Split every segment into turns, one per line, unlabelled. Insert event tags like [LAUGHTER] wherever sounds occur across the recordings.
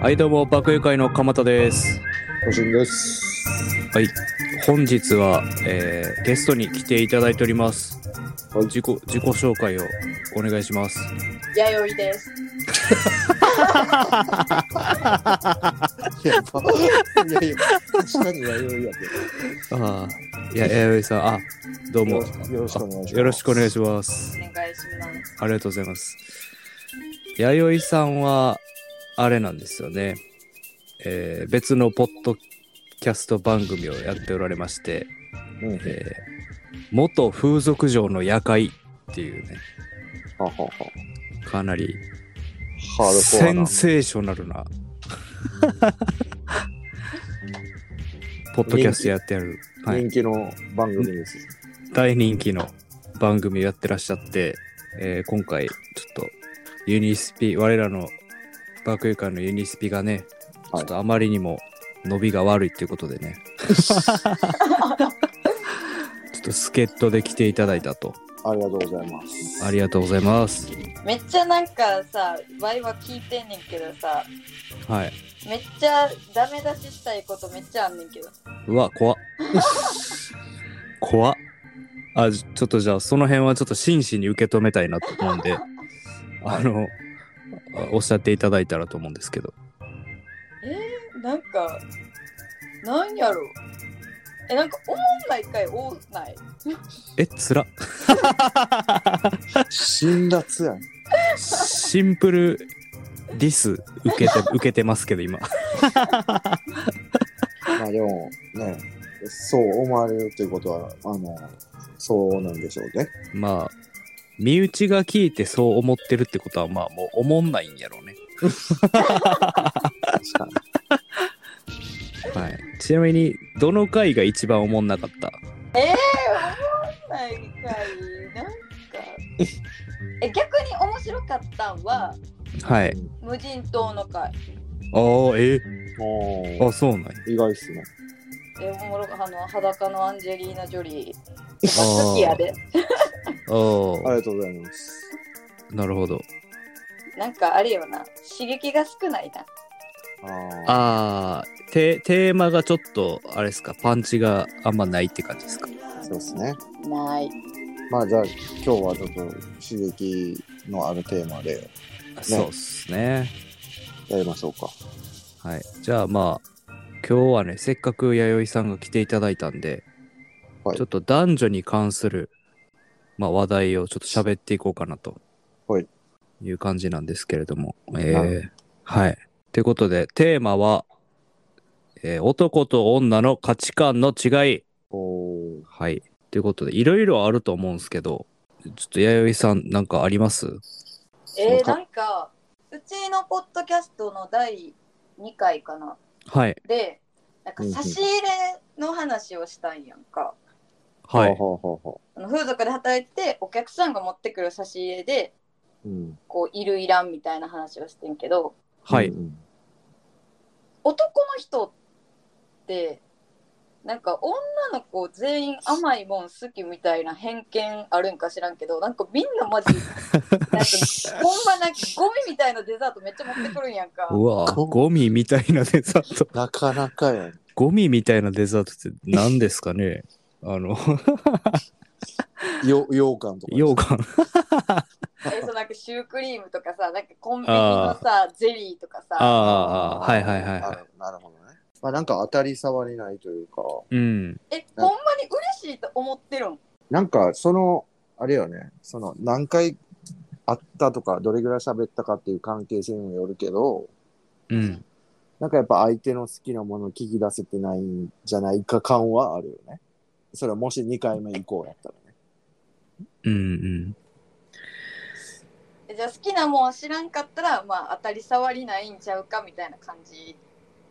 はい、どうも、爆友会の鎌田です。
個人です。
はい、本日は、えーゲストに来ていただいております。
はい
自己自己紹介をお願いします。
弥生です。
やば。いやいや、確かに弥生や
ああ、いや、弥生さん、あ、どう
けど。
も、
よろしくお願いします。
よろしくお願い
し
します
お。願いします。
ありがとうございます。弥生さんは、あれなんですよね。えー別のポッドキャスト番組をやっておられまして、
ます。うん、
えー元風俗嬢の夜会っていうね、
ははは。
かなり
ハードコ
セ
アな
ン。セーショナルなポッドキャストやってある、はい、
人気の番組です。
大人気の番組やってらっしゃって、えー今回ちょっとユニスピ我らの爆友会のユニスピがねちょ
はい
っとあまりにも伸びが悪いっていうことで
[LAUGHS]
ねちょっと助っ人で来ていただいたと
ありがとうございます。
ありがとうございます
めっちゃなんかさ、ワイは聞いてんねんけどさ、
はい
めっちゃダメ出ししたいことめっちゃあんねんけど。
うわ、 [LAUGHS] 怖っ。怖っ。あ、じちょっとじゃあ、その辺はちょっと真摯に受け止めたいなと思 [LAUGHS] うんで、あの、あおっしゃっていただいたらと思うんですけど。
なんか、なんやろう。え、なんか、おもんないかい、おもんない。
え、つら。
辛辣やん。
シンプルディス受 [LAUGHS] けて、受けてますけど、今。
まあでも、ね、そう思われるということは、あの、そうなんでしょうね。
[LAUGHS] まあ、身内が聞いてそう思ってるってことは、まあ、もう思んないんやろうね。
確 [LAUGHS] かに。
はい。ちなみに、どの回が一番思んなかった
おもんないか [LAUGHS] い、なんか。え、逆に面白かったんは、
はい。
無人島の会。
ああ、え
おー
あ、そうなんや。
意外っすね。
え、おもろかあの、裸のアンジェリーナ・ジョリー。好きや
あ
あ
で。
あ、
りがとうございます。
なるほど。
なんかあれよな、刺激が少ないな。
ああ。
あーテテーマがちょっとあれですかパンチがあんまないって感じですか
そうですね。
ない。
まあじゃあ、今日はちょっと刺激のあるテーマで
そうっすね
やりましょうか。
はいじゃあまあ今日はねせっかく弥生さんが来ていただいたんで、
はい
ちょっと男女に関する、まあ、話題をちょっと喋っていこうかなと
はい
いう感じなんですけれども、
な
え
る
ー、はいということでテーマは、えー男と女の価値観の違い」
おー
はい。ということで、いろいろあると思うんですけど、ちょっと弥生さん、なんかあります
え
そう
ー、
か
なんか、うちのポッドキャストの第2回かな。
はい。
で、なんか
うんうん
差し入れの話をしたんやんか。
は
はあ
い。
はあはあはあ
あの風俗で働いてて、お客さんが持ってくる差し入れで、
うん。
こう、いるいらんみたいな話をしてんけど、
はい。
うん
男の人って、なんか女の子全員甘いもん好きみたいな偏見あるんか知らんけどなんかみんなマジ
[LAUGHS]
なんかほんまなんかゴミみたいなデザートめっちゃ持ってくるんやんか
うわぁ
こ
ゴミみたいなデザート。
なかなかやん。
ゴミみたいなデザートって何ですかねあの、
よ羊羹とか。
羊羹。
え [LAUGHS] そうなんかシュークリームとかさなんかコンビニのさゼリーとかさ
ああ、はいはいはい
な
はい。
るなるほどね。まあなんか当たり障りないというか、
うん。
えほんまに嬉しいと思ってるん
なんかその、あれよね、その何回会ったとか、どれぐらい喋ったかっていう関係性にもよるけど、
うん。
なんかやっぱ相手の好きなものを聞き出せてないんじゃないか感はあるよね。それはもし2回目以降やったらね。
うんうん。
えじゃあ好きなもん知らんかったらまあ当たり障りないんちゃうかみたいな感じ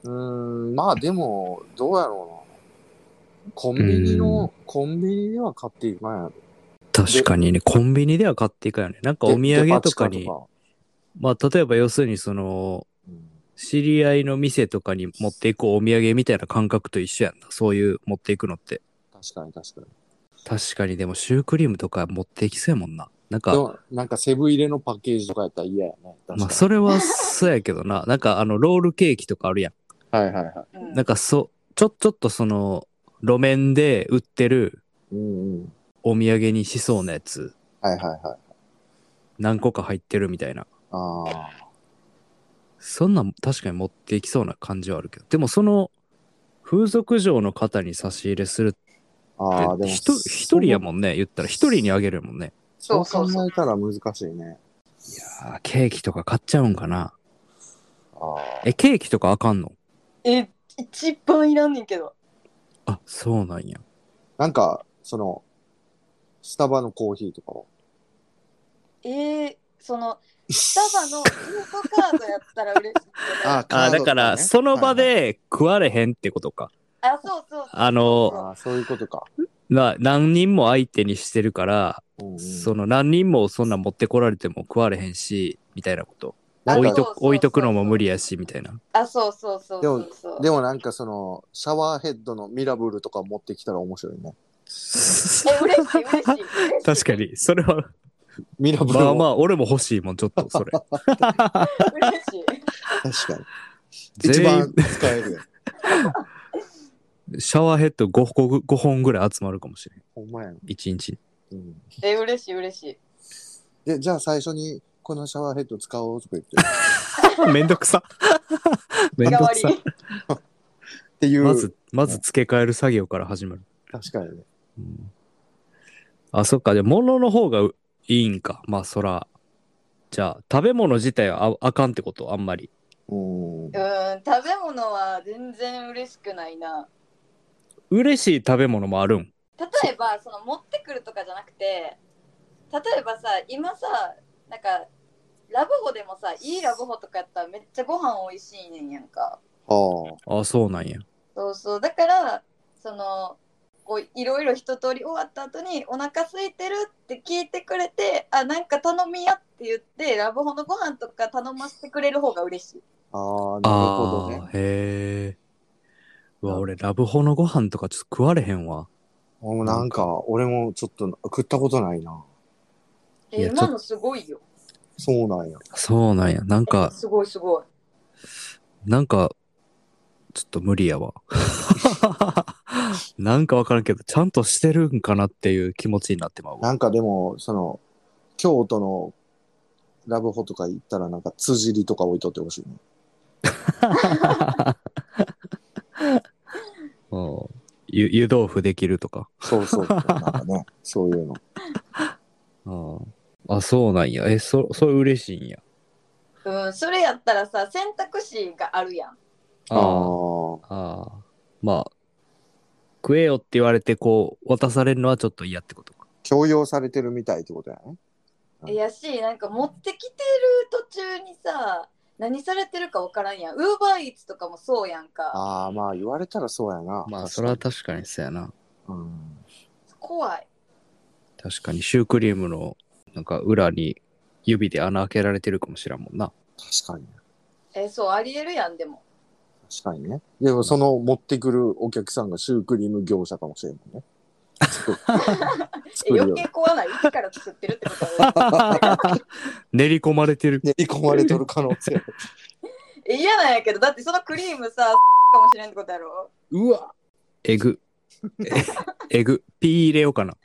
うーん、まあでも、どうやろうな。コンビニの、コンビニでは買っていかんやろ。
確かにね、コンビニでは買っていかんよね。なんかお土産とかに
デ、パ地
まあ、例えば要するにその、知り合いの店とかに持っていくお土産みたいな感覚と一緒やんな。そういう持っていくのって。
下とかうん確かに確かに。
確かにでもシュークリームとか持っていきそうやもんな。なん
で
か、
もなんかセブン入れのパッケージとかやったら嫌やね。確
まあ、
か
それはそうやけどな。 [LAUGHS] なんか、あの、ロールケーキとかあるやん。
に。はいはいは
うん
なんか、そ、ちょ、ちょっとその、路面で売ってる
い。うんうん。
お土産にしそうなやつ、
はいはいはい。
何個か入ってるみたいな。
ああ。
そんなん確かに持っていきそうな感じはあるけど。でも、その、風俗嬢の方に差し入れするって、
ああ、でも。
ひと一人やもんね。言ったら、一人にあげるもんね。
そう考えたら難しいね。
あーケーキとか買っちゃうんかな。
ああ。
え、ケーキとかあかんの
え一番いらんねんけど
あ、そうなんや。
なんか、その、スタバのコーヒーとかは。
えー、そのスタバのギフトカードやったら嬉しいけど
あ
あ
あー、だから、その場。
カードとね
で食われへんってことか。
そうそう
あ
そう
はいはい
の、
ああ、そういうことか。
な何人も相手にしてるから、
うんうん
その何人もそんな持ってこられても食われへんし、みたいなこと。
なんか
置い
そう
と
そうそう
置いとくのも無理やし、みたい
[LAUGHS]
な。
あそうそうそうそう
[LAUGHS]
そう
でもなんかその、シャワーヘッドのミラブルとか持ってきたら面白いね。
え嬉しい嬉しい嬉しい
[LAUGHS] 確かに、それは、
ミラブル
まあま
あ
あ、俺も欲しいもん、ちょっと、それ。
嬉しい
確かに。一
全
番
員、
使えるやん。
シャワーヘッド5個ぐ、5本ぐらい集まるかもしれん。
ほんまやん。
1日。
うん
え嬉しい嬉しい
で、じゃあ最初に、このシャワーヘッド使おうとか言 [LAUGHS] って。
めんどくさ。めんどくさ。
代わ
っていう。
まず、まず付け替える作業から始まる。
確かにね。
うんあ、そっか。で、物の方がういいんか。まあ、そら。じゃあ、食べ物自体はああかんってことあんまり。
うん
り。うーん食べ物は全然嬉しくないな
嬉しい食べ物もあるん。
例えばその持ってくるとかじゃなくて例えばさ今さなんかラブホでもさいいラブホとかやったらめっちゃご飯美味しいねんやんか
ああ。
あ、そうなんや。
そうそうだからそのこういろいろ一通り終わった後にお腹空いてるって聞いてくれてあなんか頼みやって言ってラブホのご飯とか頼ませてくれる方が嬉しい
ああ、なるほ
あ
ど
あ、
ね。
へえ。うわ、俺、ラブホのご飯とかちょっと食われへんわ。
もうなんか、俺もちょっと食ったことないな。
い
え
やちょ
今のすごいよ
そうなんや。
そうなんや。なんか、
すごいすごい
なんか、ちょっと無理や
[LAUGHS]
わ。なんかわからんけど、ちゃんとしてるんかなっていう気持ちになってまうわ。
なんかでも、その、京都のラブホとか行ったら、なんか、辻りとか置いとってほしいね。
[LAUGHS] うん湯湯豆腐できるとか。
そうそう。なんか [LAUGHS] ね、そういう
う
の。
んあ、そうなんや。え、そ、それ嬉しいんや。
うんそれやったらさ選択肢があるやん
ああ
あ
ー。
あああ。まあ、食えよって言われて、こう、渡されるのはちょっと嫌ってことか。
強要されてるみたいってことやね。
いやしなんか持ってきてる途中にさ何されてるか分からんやんウーバーイーツとかもそうやんか
ああ、まあ言われたらそうやな。
まあ、
確
それ
かに
は確かにそうやな。
うん。
怖い
確かに、シュークリームの、なんか、裏に指で穴開けられてるかもしらんもんな。 [LAUGHS]
確かに。
えそうありえるやんでも
確かにね。でもその持ってくるお客さんがシュークリーム業者かもしれんもん [LAUGHS] ね。
え
作る
余
よ。
計怖ない一から作ってるってこと
[LAUGHS]
だよ
練り込まれてる。
練り込まれとる可能性。
え嫌なんやけどだってそのクリームさかもしれんってことやろ
[LAUGHS] うわ
え [LAUGHS] ぐ。ええぐ。ピー入れようかな。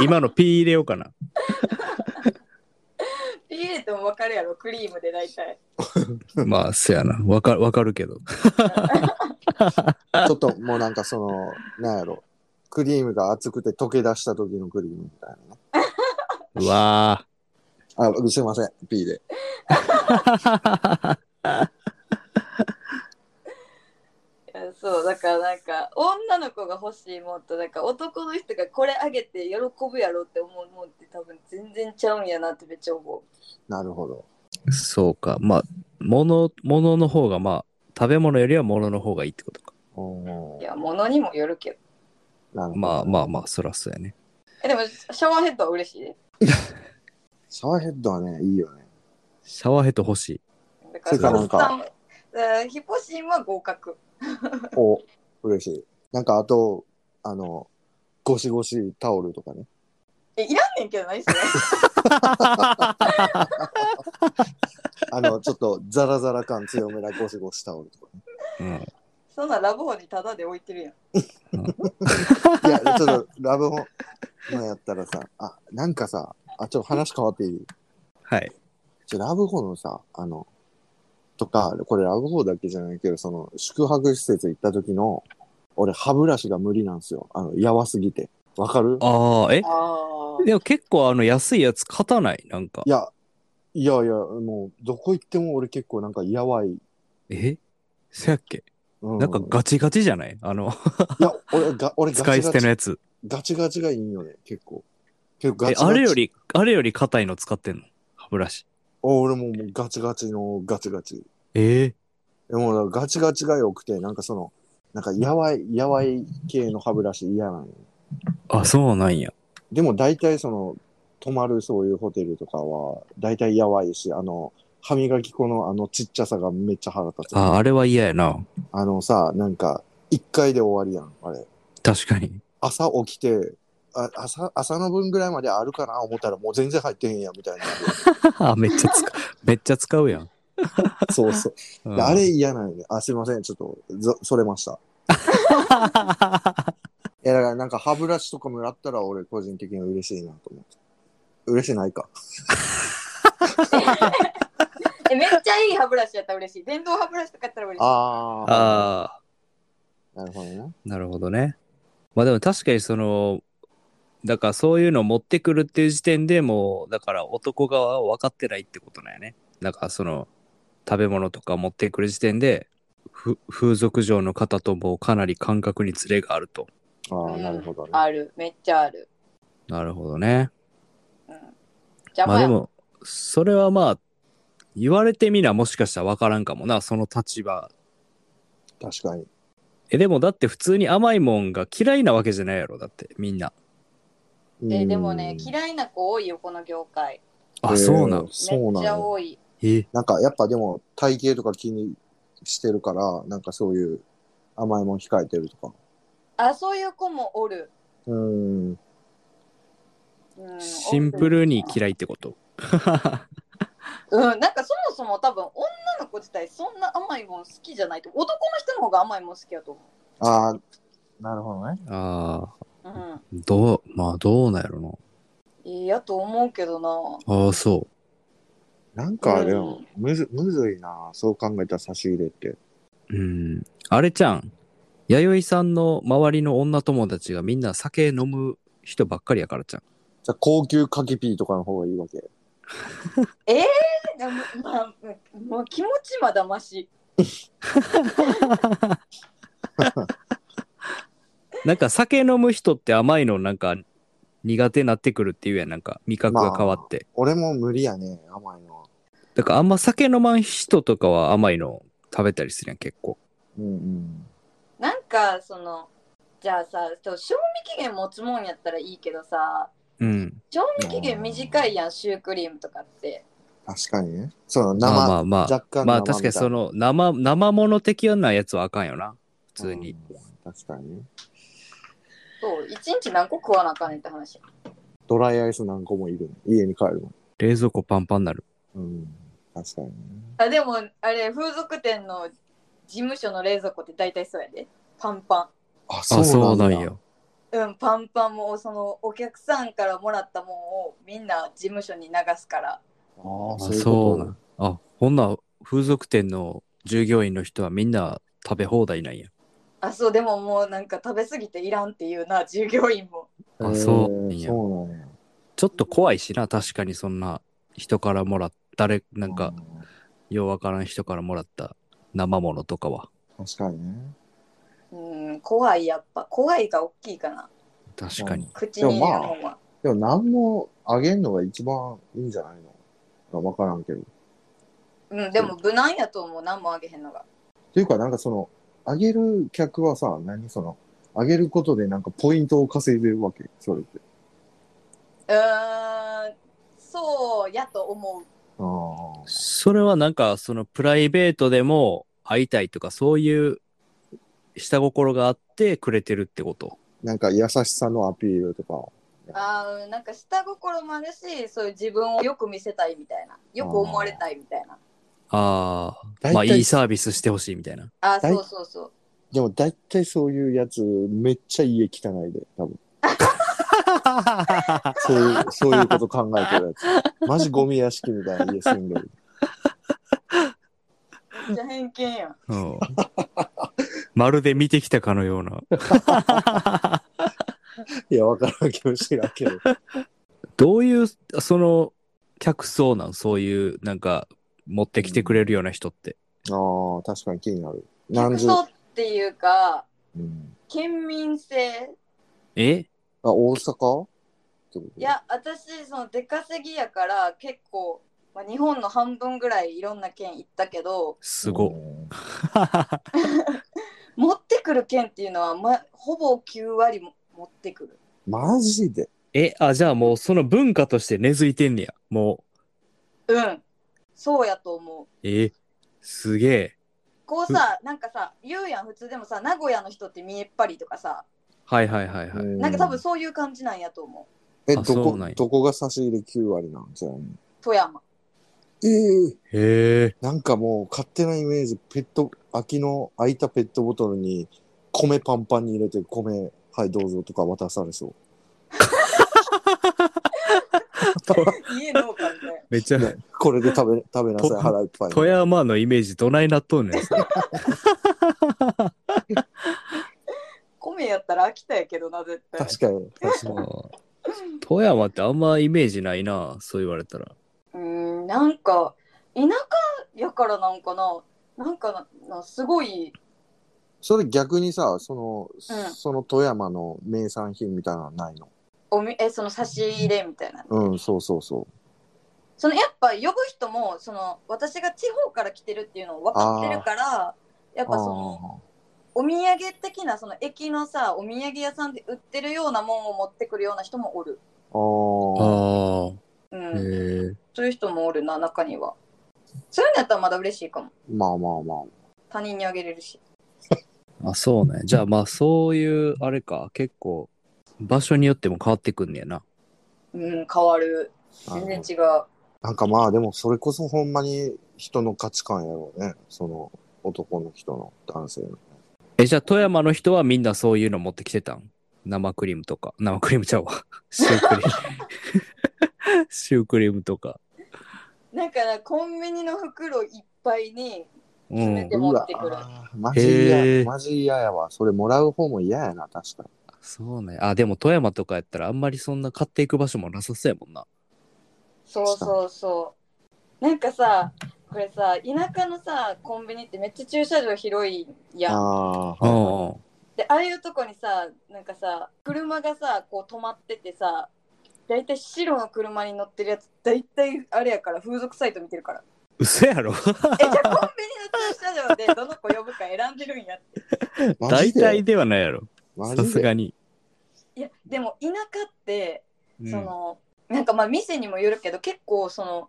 今のピー入れようかな。
ピー入れても分かるやろクリームで大体
[LAUGHS] まあ、そうやな。わか、わかるけど。
ちょっともうなんかその、なんやろ。クリームが熱くて溶け出した時のクリームみたいなね。
う [LAUGHS] わあ。
あ、すいません。P で。
いやそうだからなんか女の子が欲しいもんとなんか男の人がこれあげて喜ぶやろって思うもんって多分全然ちゃうんやなってめっちゃ思う
なるほど。
[LAUGHS] そうか。まあ、物、物の方が、まあ、食べ物よりは物の方がいいってことか。
おー
いや物にもよるけど
なるほど。
まあまあまあ、そらそうやね。
えでもシャワーヘッドは嬉しいね。
シャワーヘッドはね、いいよね。
シャワーヘッド欲 [LAUGHS] しい。
だから
つうか
なんか
さんうんヒポシンは合格。
お、嬉しい。なんかあと、あの、ゴシゴシタオルとかね。
えいらんねんけど何それ。 [LAUGHS]
あ
[LAUGHS]
の、ちょっとザラザラ感強めなゴシゴシタオルとかね。
うん、
そんなラブホにタダで置いてるやん。
いや、ちょっとラブホのやったらさ、あ、なんかさ、あ、ちょっと話変わっていい
はい。
ちょラブホのさ、あの、とか、これラブホだけじゃないけど、その、宿泊施設行った時の、俺、歯ブラシが無理なんですよ。あの、やわすぎて。わかる
ああ、え
あ
でも結構あの安いやつ勝たないなんか
い。や、いやいや、もう、どこ行っても俺結構なんか、やわい。
えせやっけ
う
なんかガチガチじゃないあ [LAUGHS] の、
いや、俺が、俺ガ
使
チ
い捨
ガ
ての
チ、
やつ。
ガチガチがいいんよね、結構。結構ガ
え、
チガチ。
あれより、あれより硬いの使ってんの歯ブラシ。
お俺ももうガチガチのガチガチ。
え
でもなんかガチガチが良くて、なんかその、なんかやわい、やわい系の歯ブラシ嫌なんよ。
あ、そうなんや。
でも大体その、泊まるそういうホテルとかは、大体やわいし、あの、歯磨き粉のあのちっちゃさがめっちゃ腹立つ。
あ、あれは嫌やな。
あのさ、なんか、一回で終わりやん、あれ。
確かに。
朝起きて、あ朝朝の分ぐらいまであるかな思ったらもう全然入ってへんやんみたいな。
[LAUGHS] あ、めっちゃ
[LAUGHS]
使う、めっちゃ使うやん。
そうそう。
うん
であれ嫌なんよね。あ、すいません。ちょっと、ぞ、それました。いや、だからなんか歯ブラシとかもらったら俺個人的に嬉しいなと思って。嬉しないか。
ーえめっちゃいい歯ブラシやったら嬉しい。電動歯ブラシとかやったら嬉しい。
あ
[LAUGHS] あ
あ。
あ、
なるほどね。
なるほどね。まあでも確かにその、だからそういうのを持ってくるっていう時点でもう、だから男側は分かってないってことなんやね。だからその、食べ物とか持ってくる時点で、ふ風俗嬢の方ともかなり感覚にズレがあると。
ああ、なるほどね。
ある。めっちゃある。
なるほどね。
うん。
ま
邪魔
あで
や。
も、それはまあ、言われてみなもしかしたら分からんかもな、その立場。
確かに。
え、でもだって普通に甘いもんが嫌いなわけじゃないやろ、だってみんな。
えでもね、
い。
嫌いな子多いよ、この業界。
あ、そうな
の
ん。
そう
め
な
っ
ん
ちゃ
よ
多い。
え
なんかやっぱでも体型とか気にしてるから、なんかそういう甘いもん控えてるとか。
あ、そういう子もおる。
うーん。
うん、
シンプルに嫌いってこと。
うん、なんかそもそも多分女の子自体そんな甘いもん好きじゃないと男の人の方が甘いもん好きやと思
ああ、なるほどね。
ああ、
う。うん、
どう、まあどうなんやろ
いいやと思うけどな。
な。ああ、そ
なんかでも、むず、むずいな。そう考えたら差し入れって。
う。うん。あれちゃん、弥生さんの周りの女友達がみんな酒飲む人ばっかりやからちゃん。
じゃあ高級カキピーとかの方がいいわけ。
えでもまあ、うんもう気持ちまだまし。
なんか酒飲む人って甘いのなんか苦手になってくるっていうやん。なんか味覚が変わって。
俺も無理やね、甘いのは。
だからあんま酒飲まん人とかは甘いの食べたりするやん、結構。
うんうん。
なんかそのじゃあさちょ賞味期限持つもんやったらいいけどさ
うん。
賞味期限短いやんシュークリームとかって。
確かにね。その
ま
生、
あまあまあ。
若干生みたいな。
まあ確かにその生、生物的なやつはあかんよな。普
普
通に。。
確かにね。
そう一日何個食わなあかんねんって話。
ドライアイス何個もいる、ね、家に帰るの。
冷蔵庫パンパンになる。
うん。確かにね。
あでもあれ風俗店の事務所の冷蔵庫って大体そうやでパンパン。
あ、
あ、そうなんや。。
うん、パンパンもそのお客さんからもらったもんをみんな事務所に流すから
あー
あ
そういう
そ
こ
うな
と
んあほんなら風俗店の従業員の人はみんな食べ放題なんや
あそうでももうなんか食べ過ぎていらんっていうな従業員も
あ
へー
そうなんや
そうなんや。
ちょっと怖いしな確かにそんな人からもらっ誰なんかようわからん人からもらった生ものとかは
うん。確かにね。
うん怖いやっぱ怖いが大きいかな
確かに
口に入れるもんは、
でも何もあげんのが一番いいんじゃないのわからんけど。っ
うんでも無難やと思う何もあげへんのが
ていうか、なんかその、あげる客はさ、何その、あげることでなんかポイントを稼いでるわけそれって。
うーんそうやと思う
ああ。
それはなんかそのプライベートでも会いたいとかそういう下心があってくれてるってこと
なんか優しさのアピールとか、ね。
あーなんか下心もあるしそういう自分をよく見せたいみたいなよく思われたいみたいな
ああ、
大体
まあいいサービスしてほしいみたいな。
あー
大
そうそうそう
でも大体そういうやつ、めっちゃ家汚いで、
[LAUGHS]
多分。そういう、そういうこと考えてるやつ。マジゴミ屋敷みたいな家住
[LAUGHS]
んでる。
めっちゃ偏見やん
[LAUGHS]
うんまるで見てきたかのような。
いや、わからん気もしらんけど。
どういう、その、客層なんそういう、なんか、持ってきてくれるような人って。
ああ、確かに気になる。何
客
十、
層っていうか
うん、
県民性
え
あ、大阪ってこと
い、や私その出稼ぎやから結構、まあ、日本の半分ぐらいいろんな県行ったけど
すごっ。
うん
持ってくる県っていうのは、ま、ほぼ9割も持ってくる
マジで
え、あ、じゃあもうその文化として根付いてんねや。も
うんそうやと思う
う、え、すげえ。
こうさなんかさ言うやん普通でもさ名古屋の人って見えっぱりとかさ
はいはいはいはい。
な
なんか多分そういう感じなんやと思う
え、
あ
ど
そう
こ
なんや、
どこが差し入れ9割なんじゃん。
富山 [LAUGHS]
ええ
へえ。
なんかもう勝手なイメージ、ペット、空きの空いたペットボトルに米パンパンに入れて米、はいどうぞとか渡されそう。
家農家みたいな
めっちゃ、
ねこれ
[LAUGHS]
で食べ、食べなさい、
と
腹いっぱい。
富山のイメージどないなっとんねん。それ
[LAUGHS]
米やったら秋田やけどな絶対
確かに、確かに。
そう富山ってあんまイメージないな、そう言われたら。
うーんなんか田舎やからなんかななんかななすごい
それ逆にさ、その、
うん
その富山の名産品みたいなのはないの
おみえその差し入れみたいな
うん、そうそうそう。
そのやっぱ呼ぶ人もその私が地方から来てるっていうのを分かってるからやっぱその
あ
お土産的なその駅のさお土産屋さんで売ってるようなもんを持ってくるような人もおる、
あ
あ。ああ。
あ、
うん
へえ。
そういう人もおるな中にはそういうのやったらまだ嬉しいかも
まあまあまあ。
他人にあげれるし
あ、そうね。じゃあまあそういう、あれか、結構、場所によっても変わってくんねやな。
うん変わる
なる
全
ほ
然
ど
違う
なんかまあでもそれこそほんまに人の価値観やろうね。その男の人の男性の。
え、じゃあ富山の人はみんなそういうの持ってきてたん生クリームとか。生クリームちゃうわ。 [LAUGHS] シュークリーム。シュークリームとか。
なんかなコンビニの袋いっぱいに
う
詰め
ん
て。持ってく
う
る。
わマジ嫌
へー
や。マジ嫌やわ。それもらう方も嫌やな、確かに。
そうね。あ、でも富山とかやったらあんまりそんな買っていく場所もなさそうやもんな。
そうそうそう。なんかさ、これさ、田舎のさ、コンビニってめっちゃ駐車場広いやん。
あ
う
あ、はい
んうん。
で、ああいうとこにさ、なんかさ、車がさ、こう止まっててさ、だいたい白の車に乗ってるやつ、だいたいあれやから、風俗サイト見てるから。 [LAUGHS]
嘘やろ
え、じゃあコンビニの駐車場でどの子呼ぶか選んでるんやって。
マ
大
ジで
体ではないやろ。
マジ
さ
です
がに。
いや、でも田舎って、
うん
そのなんかまあ店にもよるけど結構その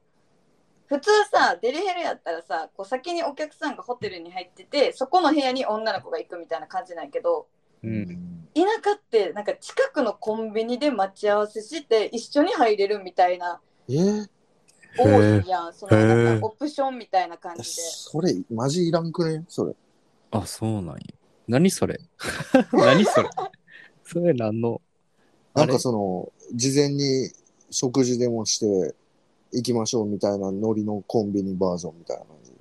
普通さデリヘルやったらさこう先にお客さんがホテルに入っててそこの部屋に女の子が行くみたいな感じなんやけど
う。
うんん
田舎ってなんか近くのコンビニで待ち合わせして一緒に入れるみたいな
えー
多いやんそのな
へ
ん
ー
かオプションみたいな感じで
それ、マジいらんくねそれ。
あ、そうなんや。何それ [LAUGHS] 何それ [LAUGHS] それ何のあ
な
れ
んかその、事前に食事でもして行きましょうみたいなノリのコンビニバージョンみたいな感じ。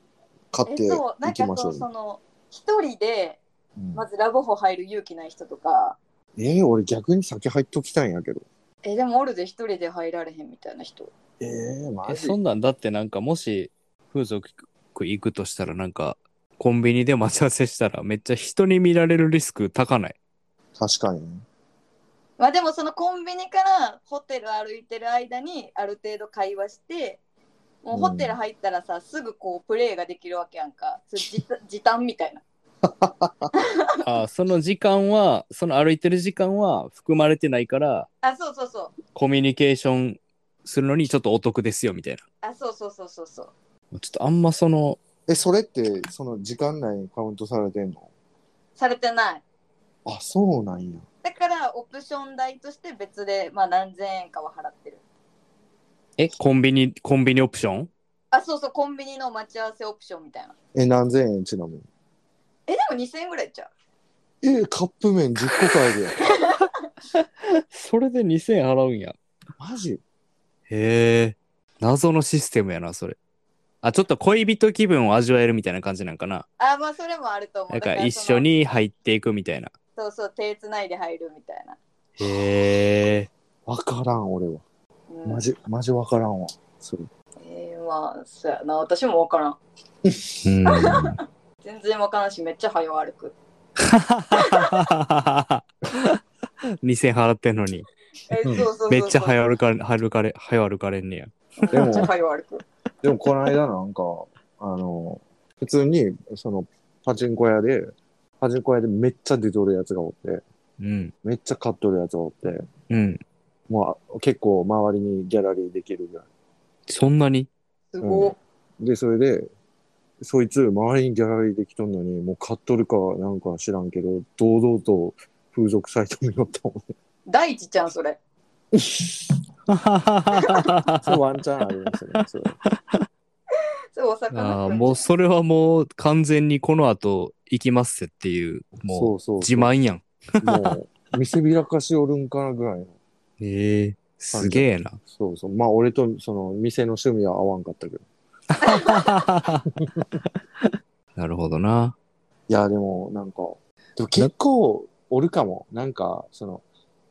買っ
え
て
そうな
行
ん
きま
か
しょ
そう
う。
その一人で
うん
まずラブホ入る勇気ない人とか
えー、俺逆に酒入っときたいんやけど。
えでもおるで一人で入られへんみたいな人
えー、マ
え
ジ
そんなんだってなんかもし風俗行くとしたらなんかコンビニで待ち合わせしたらめっちゃ人に見られるリスク高ない
確かにね。
まあでもそのコンビニからホテル歩いてる間にある程度会話してもうホテル入ったらさ、すぐこうプレイができるわけやんかそう時短時短みたいな
あーその時間はその歩いてる時間は含まれてないから
あそうそうそう
コミュニケーションするのにちょっとお得ですよみたい
あそうそうそうそうそう
なちょっとあんまその
え、それって、その時間内にカウントされてんの
されてない
あ、そうなんや。
だからオプション代として別で、まあ、何千円かは払ってる
え、コンビニ、コンビニオプション
あそうそうコンビニの待ち合わせオプションみたいな
え、何千円ちなみに。
えでも2000円ぐらいちゃう
え、カップ麺10個買えるよ。
それで2000円払うんや。
[LAUGHS] マジ
へえ。謎のシステムやな、それ。あ、ちょっと恋人気分を味わえるみたいな感じなんかな。
あまあそれもあると思う
なん
だ
か
から
一
その
緒に入っていくみたいな。
そうそう手つないで入るみたいな、
へえ。
わからん、俺は。
うん、
マジ、マジわからんわ。それ
えー、まあそうやな私も分からん
うん。
全然分からんしめっちゃ早歩く
2000円払ってんのに。
えそうそうそう
めっちゃ
早
早歩かれ、早歩かれ、早歩かれんねや。
でも
めっちゃ早歩く
でもこの間なんか、あの、普通に、その、パチンコ屋で、パチンコ屋でめっちゃ出とるやつがおって、
うん。
めっちゃ買っとるやつがおって、
うん。
もうあ結構周りにギャラリーできるぐらい。
そんなに
すごっ、
で、それで、そいつ周りにギャラリーできとんのに、もう買っとるかなんか知らんけど、堂々と風俗サイト見よったもん。
第一ちゃんそれ
そ [LAUGHS] れワンチャンありますね。それ
それお魚
あ
く
ー
ん
もうそれはもう完全にこの後行きますっていう、
そ
も
うそうう
自
そう。
慢やん。
もう、見せびらかしおるんかなぐらいの。
ええすげえな。 [LAUGHS]
そうそう。まあ、俺と、その、店の趣味は合わんかったけど。
なるほどな。
いや、でも、なんか、でも結構、おるかも。なんか、その、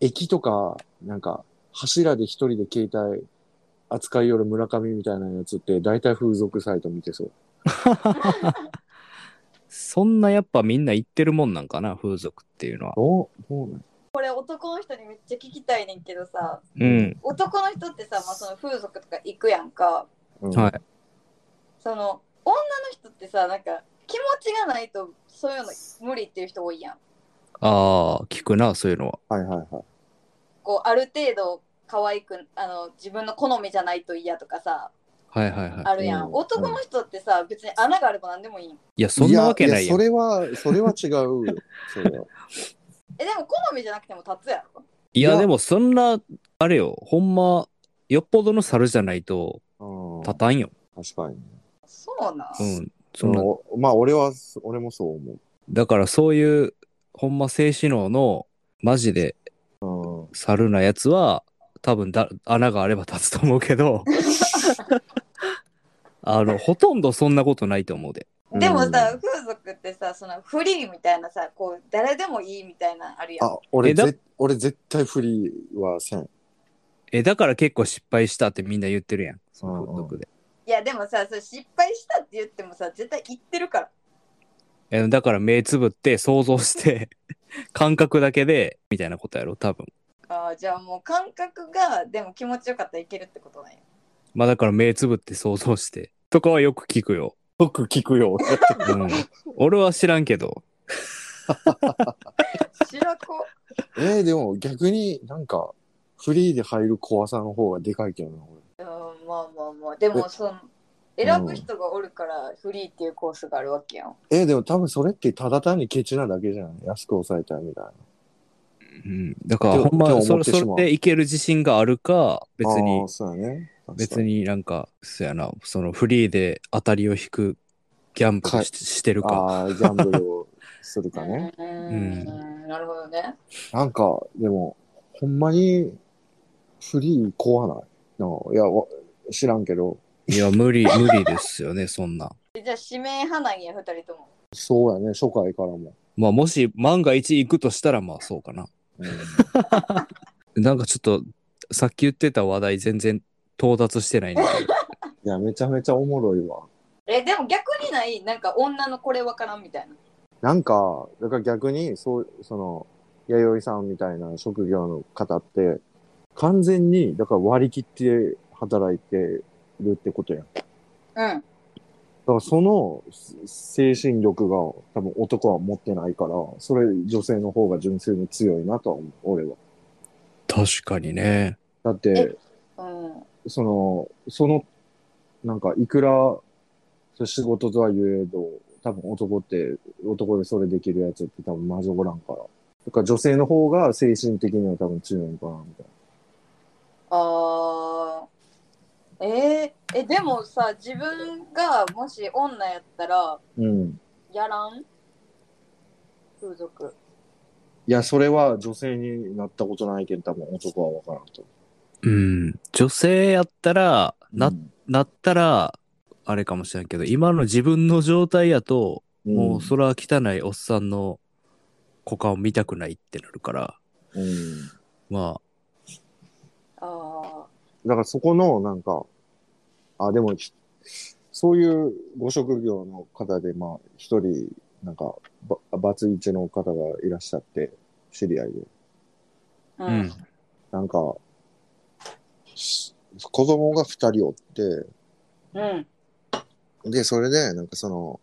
駅とか、なんか、柱で一人で携帯扱いよる村上みたいなやつって、大体風俗サイト見てそう。
そんなやっぱみんな行ってるもんなんかな、風俗っていうのは。
どう、どうなん
これ男の人にめっちゃ聞きたいねんけどさ
うん。
男の人ってさ、まあ、その風俗とか行くやんか
うん
はい。
その女の人ってさなんか気持ちがないとそういうの無理っていう人多いやん
ああ、聞くな、そういうのは。
はいはいはい。
こうある程度可愛くあの自分の好みじゃないと嫌とかさ
はいはいはい。
あるやん、
うん
男の人ってさ別に穴があれば何でもいいん
いや、そんなわけない
い
や
や
ん。
いやそれは、それは違うよ。それは。
えでも好みじゃなくても立つやろ
い
い
や、
や
でもそんな、あれよ、ほんま、よっぽどの猿じゃないと、
うん、
立たんよ。
確かに。
そうなん、
うん。そ
そ
んな
の、まあ、俺は、俺もそう
だからそういう、ほんま性指能の、マジで
思う。
猿なやつは、多分だ、穴があれば立つと思うけ
[LAUGHS]
ど、あの、ほとんどそんなことないと思うで。
うん。
でも
う
さ
ん、
風俗ってさそのフリーみたいなさこう誰でもいいみたいなのあるやん
あ、俺
えだ
ぜ、俺絶対フリーはせん。
え、だから結構失敗したってみんな言ってるやん。その
うんうん
風俗で。
いやでもさそれ失敗したって言ってもさ絶対言ってるから
え、だから目つぶって想像して、感覚だけで、みたいなことやろ、多分。
あーじゃあもう感覚がでも気持ちよかったらいけるってことなん
[LAUGHS]
や
まあだから目つぶって想像して、とかはよく聞くよ。
よく聞くよ。 [LAUGHS]
うん。俺は知らんけど。
白子
えー、でも逆になんか、フリーで入る怖さの方がでかいけどな、俺。
うんまあまあまあでもその選ぶ人がおるからフリーっていうコースがあるわけやん
えー、でも多分それってただ単にケチなだけじゃない安く抑えたいみたいな。
うん。だから
って
ほんま
って思って
それ、
しまう
それでいける自信があるか、別に
あー。そうやね。
別になんか、そやな、そのフリーで当たりを引くギャンブルししてる
確かに。
か。
ああー、ギャンブルをする
[LAUGHS]
かね。
うーんなるほどね
なんか、でも、ほんまに、フリー怖ない。ないや、わ知らんけど、
いや、無理、 [LAUGHS] 無理ですよね、そんな。
えじゃあ指名派なんや二人とも
そうやね、初回からも。
まあ、もし万が一行くとしたら、まあそうかな。
うん、
なんかちょっと、さっき言ってた話題全然到達してないんだけど。
[LAUGHS] いや、めちゃめちゃおもろいわ。
えでも逆にないなんか女のこれわからんみたいな
なんか、だから逆に、そう、その、弥生さんみたいな職業の方って、完全に、だから割り切って働いてるってことやん。だ
うん
からそのす精神力が多分男は持ってないから、それ女性の方が純粋に強いなとは思う、俺は。
確かにね。
だって、
うん
その、その、なんかいくらそう仕事とは言えど、多分男って、男でそれできるやつって多分マジおらんから。だから女性の方が精神的には多分強いのかな、みたい
あーえー、えでもさ自分がもし女やったら
な。うん。
やらん風俗
いや、それは女性になったことないけど、多分男はわからんと。
うん。女性やったら、な、
うん
なったら、あれかもしれんけど、今の自分の状態やと、もうそれは汚いおっさんの股間を見たくないってなるから、
うん。
ま
あ
だからそこの、なんか、あ、でも、ひそういうご職業の方で、まあ、一人、なんか、ばバツイチの方がいらっしゃって、知り合いで。
あ
あ、
う
うん
ん。
なんか、し子供が二人おって、
うん
で、それで、なんかその、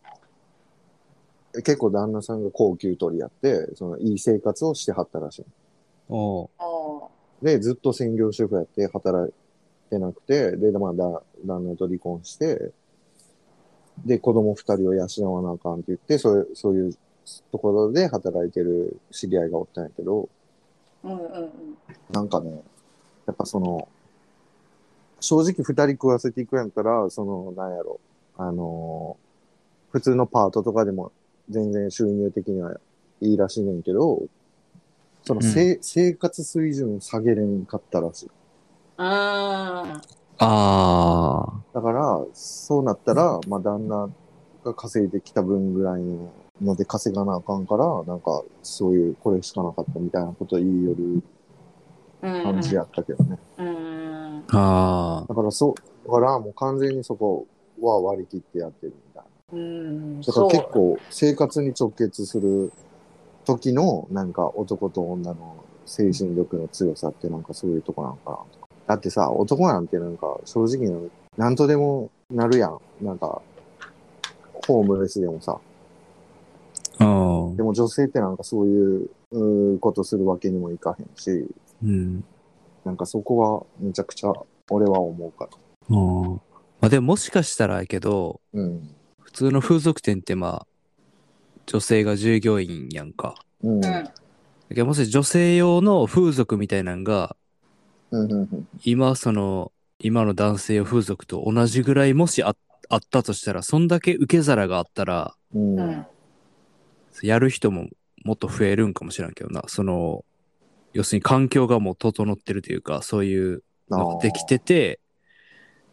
結構旦那さんが高級取りやって、その、いい生活をしてはったらしい。
おう
あー
で、ずっと専業主婦やって働いてなくて、で、まあ、だ旦那と離婚して、で、子供二人を養わなあかんって言って、そういう、そういうところで働いてる知り合いがおったんやけど、
うんうんうん
なんかね、やっぱその、正直二人食わせていくんやったら、その、なんやろ、あのー普通のパートとかでも全然収入的にはいいらしいねんけど、その、せい生活水準下げれんかったらしい。
あ
ああ、
だから、そうなったら、まあ、旦那が稼いできた分ぐらいのので稼がなあかんから、なんか、そういう、これしかなかったみたいなこと言いよる
ーうん
感じやったけどね。
うん
あ
だから、そう、だからもう完全にそこは割り切ってやってるみたいな。
うん
だから
そう
結構、生活に直結する時の、なんか、男と女の精神力の強さってなんかそういうとこなんかなとか。だってさ、男なんてなんか、正直な、なんとでもなるやん。なんか、ホームレスでもさ。
あ、うん
でも女性ってなんかそういううーことするわけにもいかへんし、
うん。
なんかそこはめちゃくちゃ俺は思うから。
うんまあでももしかしたらやけど、
うん。
普通の風俗店ってまあ、女性が従業員やんか。
うん。うん。
う
うん
ん
だけどもし女性用の風俗みたいなんが、
うんうん。
今その、今の男性用風俗と同じぐらいもしああったとしたら、そんだけ受け皿があったら、
うん。
う
うんん。
やる人ももっと増えるんかもしれんけどな。その、要するに環境がもう整ってるというか、そういうのができてて、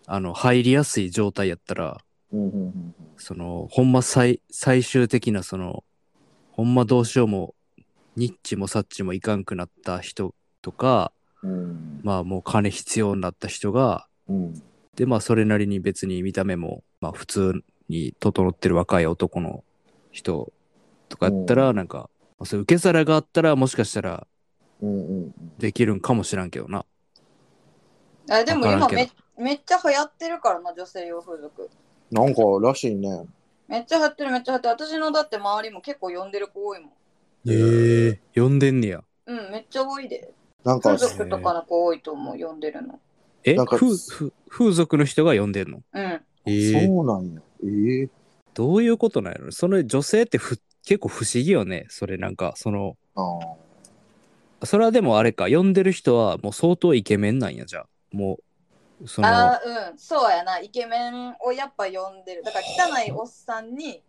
あの、入りやすい状態やったら、
うんうんうん
その、ほんま最、最終的なその、ほんまどうしようも、ニッチもサッチもいかんくなった人とか、
うん。
まあもう金必要になった人が、
うん。
でまあそれなりに別に見た目も、まあ普通に整ってる若い男の人とかやったら、なんか、まあそういう受け皿があったらもしかしたら
うんうん
できるんかもしらんけどな。
あでも今
わからん
めめっちゃ流行ってるからな女性用風俗
なんからしいね。
めっちゃ流行ってるめっちゃ流行ってる私のだって周りも結構呼んでる子多いもん
へえ。呼んでんねや。
うんめっちゃ多いで
なんか
風、俗とかの子多いと思う呼んでるの
え
なんか
風風風俗の人が呼んでんの
うん
そう
そうなんや。ええ
どういうことなんやろその女性ってふ結構不思議よね。それなんか、その、
ああ。
それはでもあれか、呼んでる人はもう相当イケメンなんや、じゃあ。もう、その、
あーうんそうやなイケメンをやっぱ呼んでるだから汚いおっさんに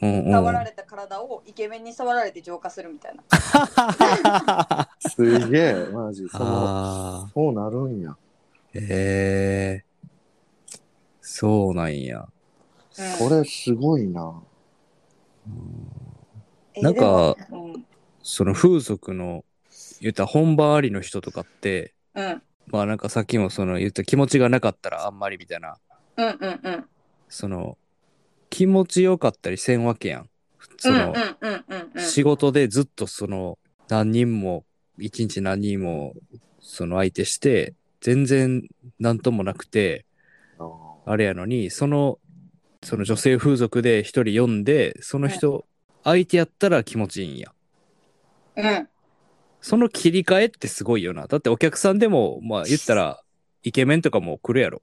うんうん。
触られた体をイケメンに触られて浄化するみたいな
すげえ、マジ。その
ああ。
そうなるんや。
へえそうなんや。
これすごいな。
え
なんか、
でもうん
その風俗の、言ったら本番ありの人とかって、
うん
まあなんかさっきもその言った気持ちがなかったらあんまりみたいな、
うんうんうん
その、気持ちよかったりせんわけやん。そ
うんう
の
ん、うんうんうん
仕事でずっとその、何人も、一日何人も、その相手して、全然何ともなくて、
あ
あれやのに、その、その女性風俗で一人読んで、その人、相手やったら気持ちいいんや。
うん
その切り替えってすごいよな。だってお客さんでも、まあ言ったら、イケメンとかも来るやろ。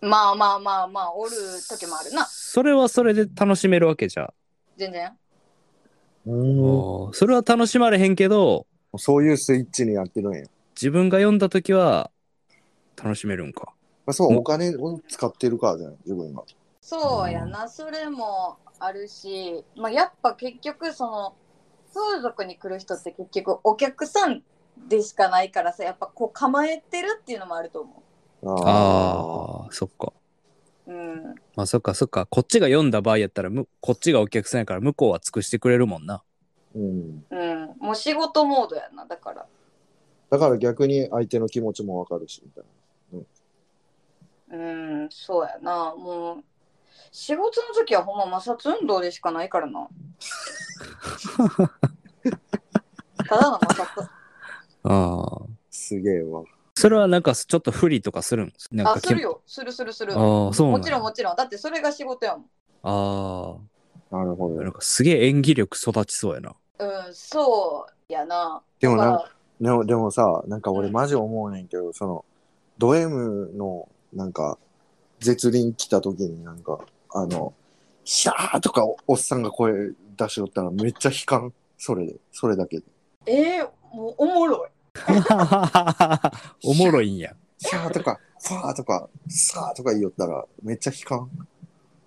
まあまあまあまあおる時もあるな
それはそれで楽しめるわけじゃ。
全然
うん。
おーそれは楽しまれへんけど、
そういうスイッチにやってるんや。
自分が読んだ時は楽しめるんか。
まあ、そうう、
ん
お金を使ってるからじゃない、自分が。
そうやな、それもあるし、まあ、やっぱ結局その風俗に来る人って結局お客さんでしかないからさやっぱこう構えてるっていうのもあると思
あ
ああ。
あー、そっか。
う。うん、
まあそっかそっか。こっちが読んだ場合やったらむ、こっちがお客さんやから向こうは尽くしてくれるもんな。
うん。
うん、もう仕事モードやなだから
だから逆に相手の気持ちもわかるし、みたい
うんそうやなもう仕事の時はほんま摩擦運動でしかないからな
[LAUGHS]
ただの摩擦
ああ。
な。すげえわ。
それはなんかちょっと不利とかするんなんか
あするよするするする
ああー、そうな
も
ん
ち
や
ろんもちろんだってそれが仕事やもん
あ
なるほ
あ。なん
ど。
かすげえ演技力育ちそうやな。 [LAUGHS]
うんそうやな
でもなん
だ
か
か、
でもでもさ、なんか俺マジ思うねんけど、その、ド M の、なんか、絶倫来た時になんか、あの、シャーとかおおっさんが声出しよったらめっちゃ悲観。それで、それだけで。
らえー、もうおもろい
おもろいんや。
シャーとか、ファーとか、サーとか言いよったらめっちゃ悲観。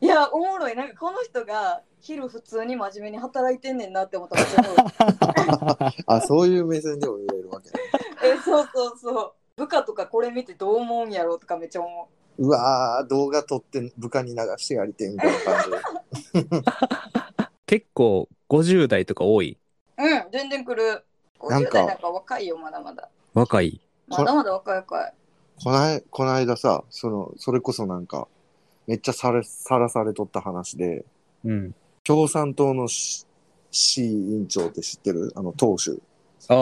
いやおもろいなんかこの人が昼普通に真面目に働いてんねんなって思ったらめっちゃ
[LAUGHS]
おもろい
あ、そういう目線でも見れるわけ。
えそうそうそう部下とかこれ見てどう思うんやろうとかめっちゃ思
うわー、動画撮って部下に流してやりてみたいな感じ。
結構50代とか多いう
うん全然来る
なん
50
か
代なんか若いよまだまだ
若い。
こ
まだまだ若い若い
こない、こないださ、その、それこそなんか、めっちゃされ、さらされとった話で、
うん。
共産党の市市委員長って知ってるあの、党首。
あ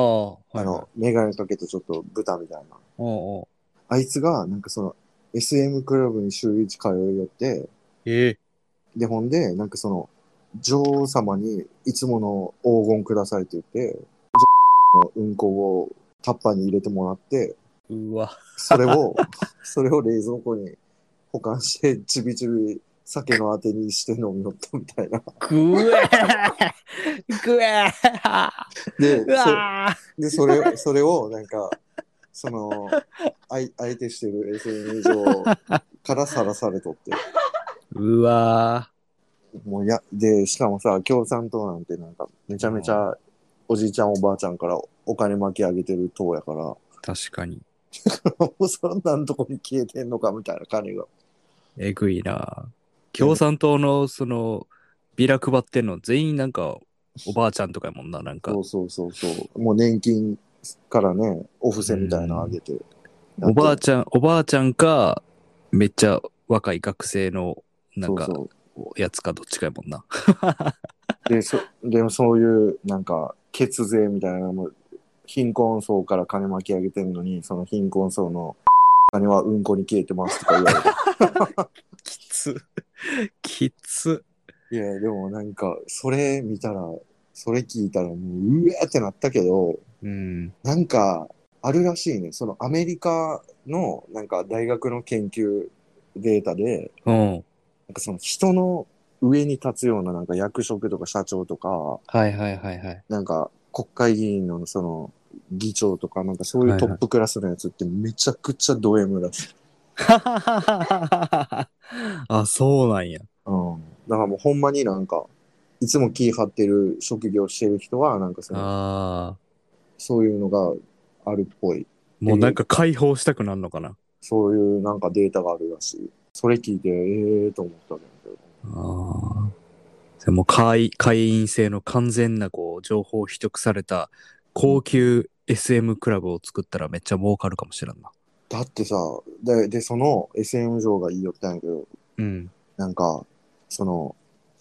あ。
あの、メガネかけてちょっと豚みたいな。
おうおう
あいつが、なんかその、SM クラブに週1通いよって、
ええ
で、ほんで、なんかその、女王様にいつもの黄金くださいって言って、女王のうんこをタッパーに入れてもらって、
うわ。
それ
[LAUGHS]
を、それを冷蔵庫に保管して、ちびちび酒のあてにして飲みよったみたい
[LAUGHS]
な。
くえくえ
で、
うわ
そでそれそれを、なんか、その、相相手してる SNS 上からさらされとって。
うわ
もうや、で、しかもさ、共産党なんてなんか、めちゃめちゃ、おじいちゃんおばあちゃんからお金巻き上げてる党やから、 [LAUGHS] も
確かに。
うそんなんとこに消えてんのかみたいな金が。
えぐいな。共産党のそのビラ配ってんの全員なんかおばあちゃんとかやもんな。なんか
そうそうそうそう。もう年金からね、お布施みたいなのあげて。
おばあ
ち
ちゃん、おばあちゃんかめっちゃ若い学生のなんか
そう
やつかどっちかやもんな。
そう。で、そでもそういう、なんか、血税みたいなのも、貧困層から金巻き上げてんのに、その貧困層の金はうんこに消えてますとか言われて。
[LAUGHS] きつ。きつ。
[LAUGHS] いや、でもなんか、それ見たら、それ聞いたら、もう、うえーってなったけど、
うん。
なんか、あるらしいね。そのアメリカの、なんか大学の研究データで、
うん。
なんかその人の上に立つような、なんか役職とか社長とか、
はいはいはいはい。
なんか国会議員のその議長とか、なんかそういうトップクラスのやつってめちゃくちゃド M らしい。
[LAUGHS] あ、そうなんや。
うん。だからもうほんまになんか、いつも気張ってる職業してる人は、なんかその、
ああ。
そういうのがあるっぽい。
もうなんか解放したくなるのかな。
そういうなんかデータがあるらしい。それ聞いて、ええー、と思ったんだけど。
ああ。もう会会員制の完全なこう情報を取得された高級 SM クラブを作ったらめっちゃ儲かるかもしれんな。
だってさ、で、でその SM 女王が言いよったんやけど、
うん。
なんか、その、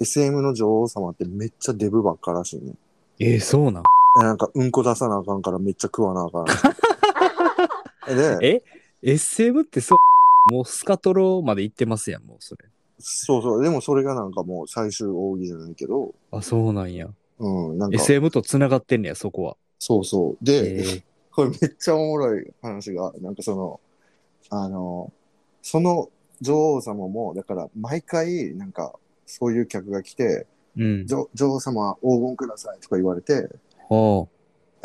SM の女王様ってめっちゃデブばっからしいね。
えー、そうなん
なんか、うんこ出さなあかんからめっちゃ食わなあかんらし
[LAUGHS]
い。で、
え ?SM ってそう、もうスカトロまで行ってますやん、もうそれ。
そうそう、でもそれがなんかもう最終奥義じゃないけど、
あ、そうなんや。
うん、なんか、
SM と繋がってんねや、そこは。
そうそう。で、
えー
これめっちゃおもろい話が、なんかその、あの、その女王様も、だから毎回、なんか、そういう客が来て、
うん。
女女王様黄金くださいとか言われて、
おう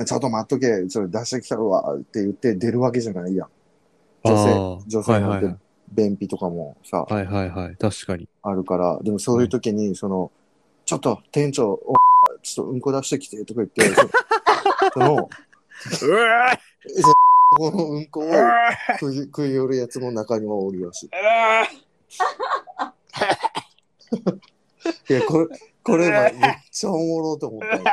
ちょっと待っとけ、それ出してきたるわって言って出るわけじゃないやん。
あ
女
ー
性、女性
は
ないん
はい
て便秘とかもさ、
はいはいはい。確かに。
あるから、でもそういう時に、その、ちょっと店長、おちょっとうんこ出してきてとか
[LAUGHS]
言って、そのその、
うわー
このうんこを食い食い寄るやつも中にはおるらしい。いや、これ、これはめっちゃおもろと思ったよ。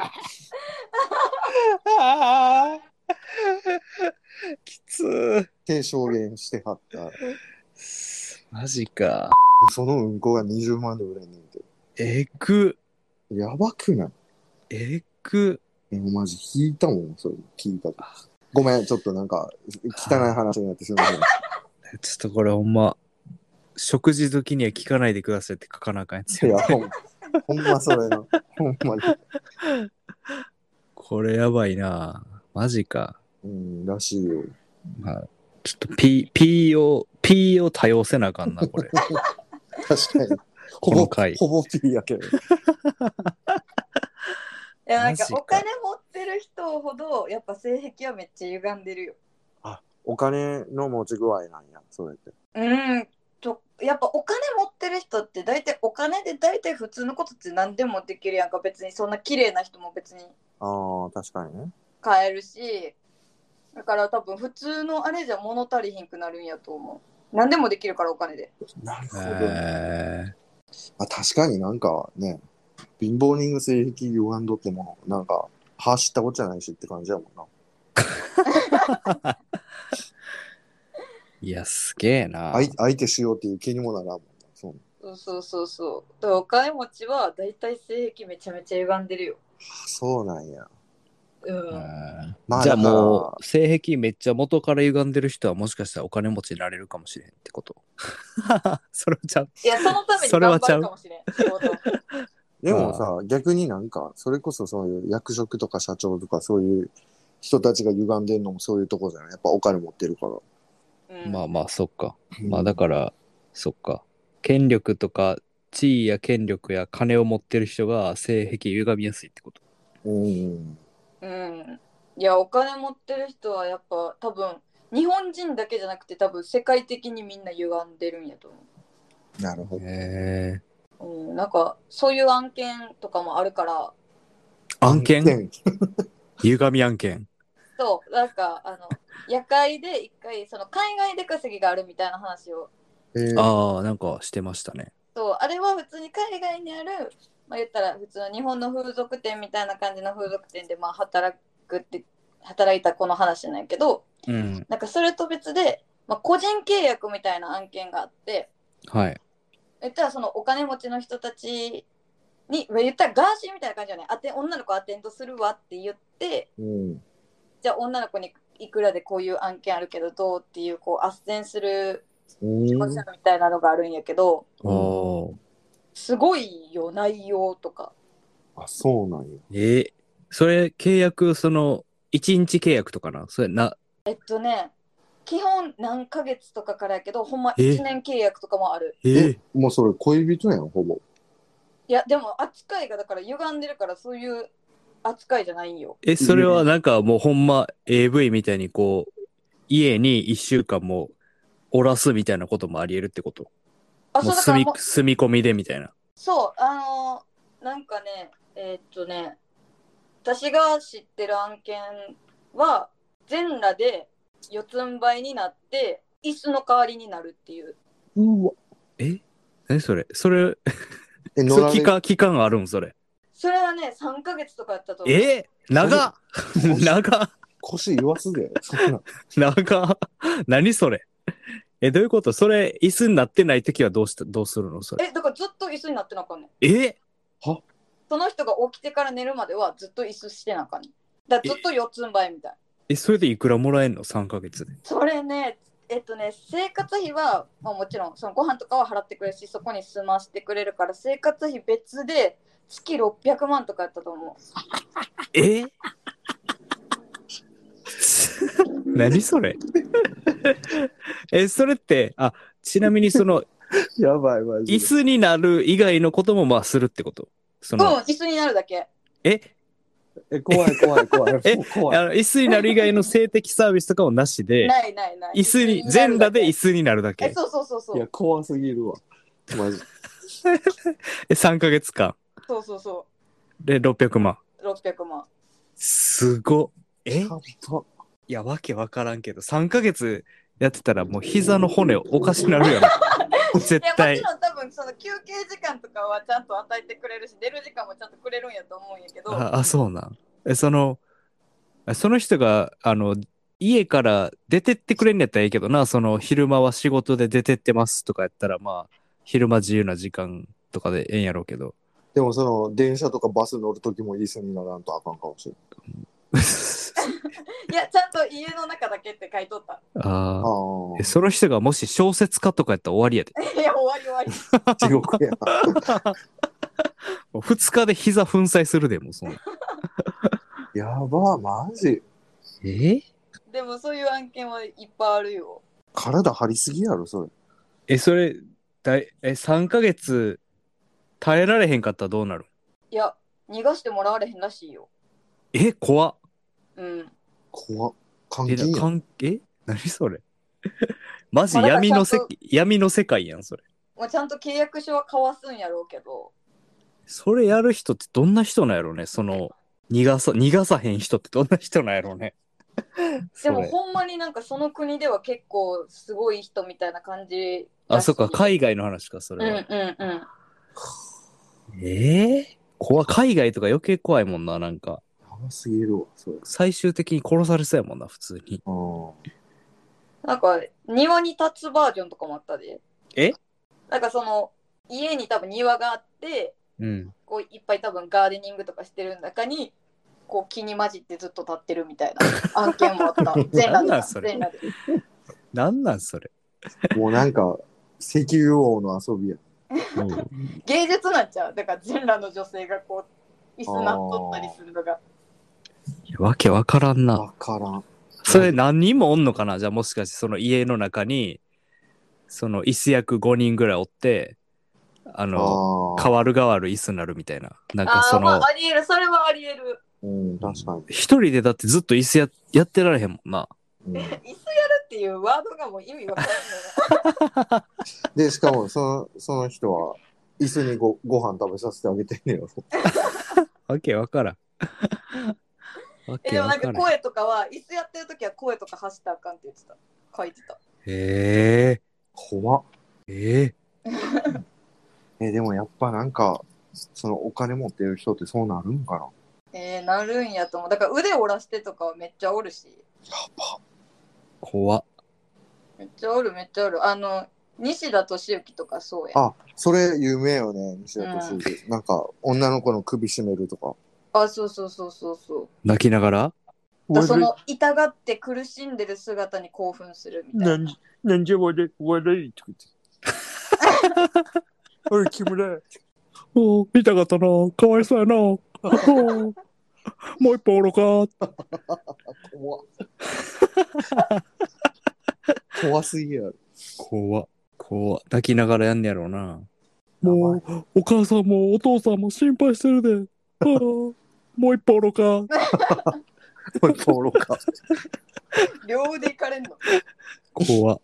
[LAUGHS] きつー
低証言してはった。
マジか。
そのうんこが20万で売れんねんて。
えぐ、
やばくない
えぐ。
え、マジ聞いたもん、それ聞いた。ごめん、ちょっとなんか、汚い話になってすみません。
ちょっとこれほんま、食事時には聞かないでくだ [LAUGHS] さいって書かなあかんやつ
い
や
や、ほんほんまそれな。ほんまに。
これやばいな。マジか。
うん、らしいよ。
まあ、ちょっと P、P を、P を多用せなあかんな、こ
[LAUGHS]
れ。
確かに。ほ
こ
ぼ
の、回
ほぼ P やけど。
いやなんか
マジか
お金持ってる人ほどやっぱ性癖はめっちゃ歪んでるよ。
お金の持ち具合なんや、それって。
うんとやっぱお金持ってる人って大体お金で大体普通のことって何でもできるやんか別にそんな綺麗な人も別に
ああ、確かにね。
買えるしだから多分普通のあれじゃ物足りひんくなるんやと思う何でもできるからお金で
なるほど。
え
あ、確かになんかね、貧乏人が性癖歪んどっても、なんか、走ったことじゃないしって感じやもんな。
ー、いや、すげえな。
相相手しようっていう気にもならんもんな。そう
そうそうそうそうだからお金持ちは大体性癖めちゃめちゃ歪んでるよ
そうなんや。
うん、
うん
まあ
じゃあ
だか
もう性癖めっちゃ元から歪んでる人はもしかしたらお金持ちになれるかもしれんってこと [LAUGHS] それちゃう
いやそのために
それは
頑
ちゃ
張
う
るかもしれん仕事
でもさ、逆になんか、それこそそういう役職とか社長とかそういう人たちが歪んでんのもそういうとこじゃないやっぱお金持ってるから。
うん
まあまあそっか、まあ
うん
だからそっか権力とか地位や権力や金を持ってる人が性癖歪みやすいってこと
うん。
うんいやお金持ってる人はやっぱ多分日本人だけじゃなくて多分世界的にみんな歪んでるんやと
なるほど。
へえ
思う、うん、なんかそういう案件とかもあるから
案件歪み案件
そうなんかあの夜会で一回その海外で稼ぎがあるみたいな話を
えー
ああなんかしてましたね
そうあれは普通に海外にある、まあ、言ったら普通の日本の風俗店みたいな感じの風俗店でまあ働くって働いた子の話なんやけど
うん
なんかそれと別で、まあ、個人契約みたいな案件があって、
はい
言ったらそのお金持ちの人たちにまあ言ったらガーシーみたいな感じじゃないあて女の子アテンドするわって言って
うん。
じゃあ女の子にいくらでこういう案件あるけどどうっていうこう斡旋する
うん。
コンサルみたいなのがあるんやけど、
おお
すごいよ内容とか
あ、そうなんや。
ーえーそれ契約その1日契約とかなそれな
えっとね基本何ヶ月とかからやけどほんま
え
1年契約とかもある
え
えもうそれ恋人やん、ほぼ。
いやでも扱いがだから歪んでるからそういう扱いじゃないんよ
え、それはなんかもうほんま AV みたいにこう、家に一週間もおらすみたいなこともあり得るってこと
あ
もう
そう
住み
だからもう、
住み込みでみたいな。
そう、あのーなんかね、えーっとね、私が知ってる案件は、全裸で四つん這いになって、椅子の代わりになるっていう。
うわ。
え、それそれ、
え、
そ
乗
れ
られ
期間、期間あるんそれ。
それはね、3ヶ月とかやったと思う。
え長っ [LAUGHS] 長っ
腰言わす
[LAUGHS]
で。そんな。
長っ何それえ、どういうことそれ、椅子になってない時はどうした、どうするのそれ。
え、だからずっと椅子になってなあかんねん
え
その人が起きてから寝るまではずっと椅子してなあかんねんだからずっと四つん這いみたい。
え、それでいくらもらえんの ?3 ヶ月で。
それね、えっとね、生活費は、まあ、もちろんそのご飯とかは払ってくれるしそこに住ましてくれるから生活費別で月600万とかやったと思う
え [LAUGHS] 何それえそれってあちなみにその
やばい、マジ
椅子になる以外のこともまあするってことそ
うん
の、
椅子になるだけ
え
え、怖い怖い怖
[LAUGHS]
い。
え
もう怖
あ
い。
の椅子になる以外の性的サービスとかもなし
[LAUGHS]
で、
ないないない
椅子に、
なるだけ
全裸で椅子になるだ
え
け。
そうそうそうそ
いや、
う
怖すぎるわ。マジ。
え、3ヶ月間。
そうそうそ
で、600万。
う600万
すごっ。え
やば
いや、わけわからんけど、3ヶ月やってたらもう膝の骨おかしなるや
[LAUGHS]
ろ。絶
いやも
対
ち。ろん多分その休憩時間とかはちゃんと与えてくれるし寝る時間もちゃんとくれるんやと思うんやけど
ああ、そうなん。え、その、えその人が、あの、家から出てってくれんのやったらいいけどな、その、昼間は仕事で出てってますとかやったら、まあ、昼間自由な時間とかでええんやろうけど。 [LAUGHS]
でもその、電車とかバス乗るときも椅子にならんとあかんかもしれん。
いやちゃんと家の中だけって書いとった
ああ。
あ
えその人がもし小説家とかやったら終わりやで。
いや終わり終わり
あ、地獄や。
もう2日で膝粉砕するでもうそんな。
やば、マジ。
え
でもそういう案件はいっぱいあるよ。
体張りすぎやろ、それ。
え、それ、だいえ、3ヶ月耐えられへんかったらどうなる
いや、逃がしてもらわれへんらしいよ。
え、怖っ。
うん。
怖っ。関
え、
係
な
やん。
関係 [LAUGHS] 何そ
[LAUGHS]
れマジ
まあだから
闇のせ
ちゃん
闇の世界やん、それ。
まあ、ちゃんと契約書は交わすんやろうけど、
それやる人ってどんな人なんやろねその、逃がさ、逃がさへん人ってどんな人なんやろね [LAUGHS]
でも
それ
ほんまになんかその国では結構すごい人みたいな感じらしい。
あ、そっか、海外の話か、そ
うん
れ
う
は。
んうん。
ええ怖い海外とか余計怖いもんな、なんか。
やばすぎるわ、それ。
最終的に殺されそうやもんな、普通に。
う
なんか庭に立つバージョンとかもあったで。
え
なんかその家に多分庭があって、
うん。
こういっぱい多分ガーデニングとかしてる中に、こう気に混じってずっと立ってるみたいな案件も
[LAUGHS]
あった。全
なんなん
裸
そ
で。
れ
全裸で。
なんなん、それ。
ん。もうなんか、石油王の遊びや。
芸術なんちゃうだから全裸の女性がこう椅子なっとったりするのが
わけわからんな。
わからん。
それ何人もおんのかなじゃあもしかしてその家の中に、その椅子役5人ぐらいおって、あの、
あ
変
あ。
わる変わる椅子になるみたいな。なん
あ
か
あ
そ
ーま
の
あ、ありえるそれはありえる
うん、確か
一人でだってずっと椅子ややってられへんもんな。
に。うん
椅子やるっていうワードがもう意味
[LAUGHS]
わからんのよ
で、しかも、その、その人は、椅子にごご飯食べさせてあげてんねやろ。
わけわからん。わ
[LAUGHS] え
け
でも
わ
なん
か
から
ん。へ
声とかは椅子やってる時は声とか走ったらあかんって言ってた書いてた
え
怖っ。
ええ
え、でもやっぱなんか、そのお金持ってる人ってそうなるんかな。
えー、なるんやと思うだから腕折らしてとかはめっちゃおるし
やば。
怖っ
めっちゃおるめっちゃおるあの西田敏行とかそうや
あ、それ有名よね、西田敏行。なんか、女の子の首絞めるとか。
あそうそうそうそうそう
泣きながら
だからその痛がって苦しんでる姿に興奮するみたいな
なんじゃ悪い、悪いとか言って。おい、木村。
お見たかったな。かわいそうや [LAUGHS] な。もう一本おろか。
怖っ怖すぎやろ。
怖っ怖っ泣きながらやんねやろうな
も
うお母さんもお父さんも心配してるで [LAUGHS] もう一歩おろか
これおろか。
両腕いかれんの
怖っ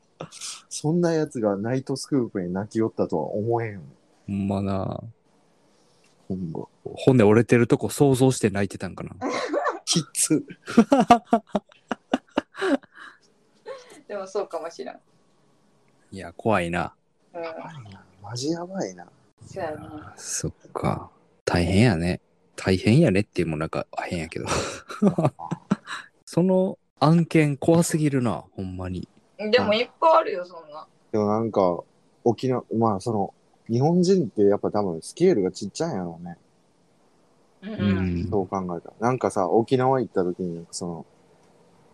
そんなやつがナイトスクープに泣き寄ったとは思えんよ。
ほんまな
ほんま。
骨折れてるとこ想像して泣いてたんかな
きつ。
でもそうかもしらん。うん。
いや怖いな
マジやばいな。
そうやな。
そっか大変やね大変やねっていうもなんか変 [LAUGHS] やけどその案件怖すぎるなほんまに
でもいっぱいあるよ、そんな。
でもなんか、沖縄、まあその、日本人ってやっぱ多分スケールがちっちゃいんやろうね。
う。
うんん
そう考えたら。なんかさ、沖縄行った時に、その、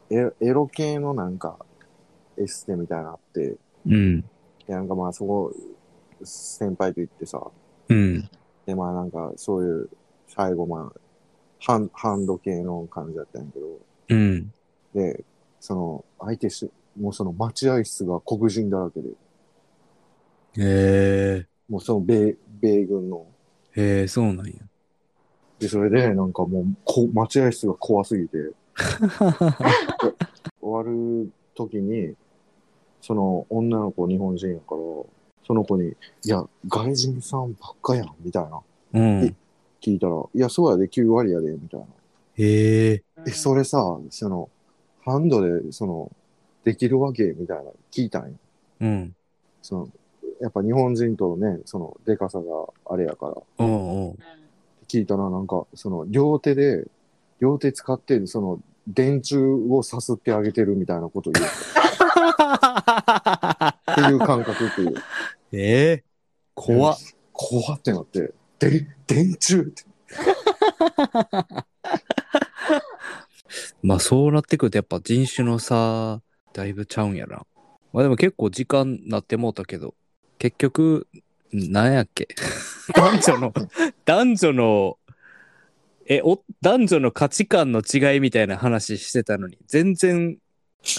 エエロ系のなんか、エステみたいなのあって、
うん
で、なんかまあそこ、先輩と行ってさ、
うん
で、まあなんか、そういう、最後まあ、ハンハンド系の感じだったんやけど、
うん
で、その、相手し、もうその待合室が黒人だらけで、
へえ
もうその米、米軍の、
へえそうなんや
で、それで、なんかもう、こ待合室が怖すぎて、終わる時に、その女の子日本人やから、その子に、いや、外人さんばっかやん、みたいな。
うん。
聞いたら、いや、そうやで、9割やで、みたいな。
へえ。
え、それさ、その、ハンドで、その、できるわけみたいな、聞いたんや。
うん。
その、やっぱ日本人とのね、その、でかさがあれやから、
うんうん。
聞いたら、なんか、その、両手で、両手使って、その、電柱をさすってあげてるみたいなこと言う。っていう感覚っ
[LAUGHS]
ていう。
[LAUGHS] ええ。怖っ。
怖ってなって、で、電柱って。
まあそうなってくるとやっぱ人種の差だいぶちゃうんやな。まあでも結構時間なってもうたけど、結局、なんやっ [LAUGHS] け男女の、男女の、え、お、男女の価値観の違いみたいな話してたのに、全然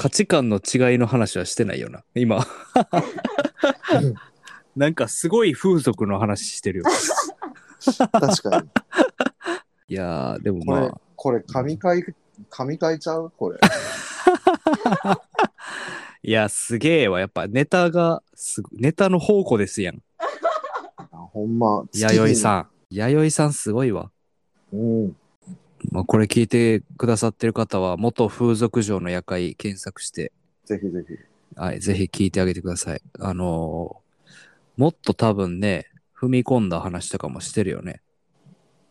価値観の違いの話はしてないよな、今
うん。
なんかすごい風俗の話してるよ。
確かに。
いやー、でも
これ、
[LAUGHS] まあ、
これ、神回、神回ちゃう
[LAUGHS]
これ。
いや、すげえわ。やっぱネタがすご、ネタの宝庫ですやん。
あほんま。
弥生さん。弥生さんすごいわ。
ん。うん。
まあ、これ聞いてくださってる方は、元風俗嬢の夜会検索して、
ぜひ
[LAUGHS]
ぜひ。
はい、ぜひ聞いてあげてください。あのーもっと多分ね、踏み込んだ話とかもしてるよね。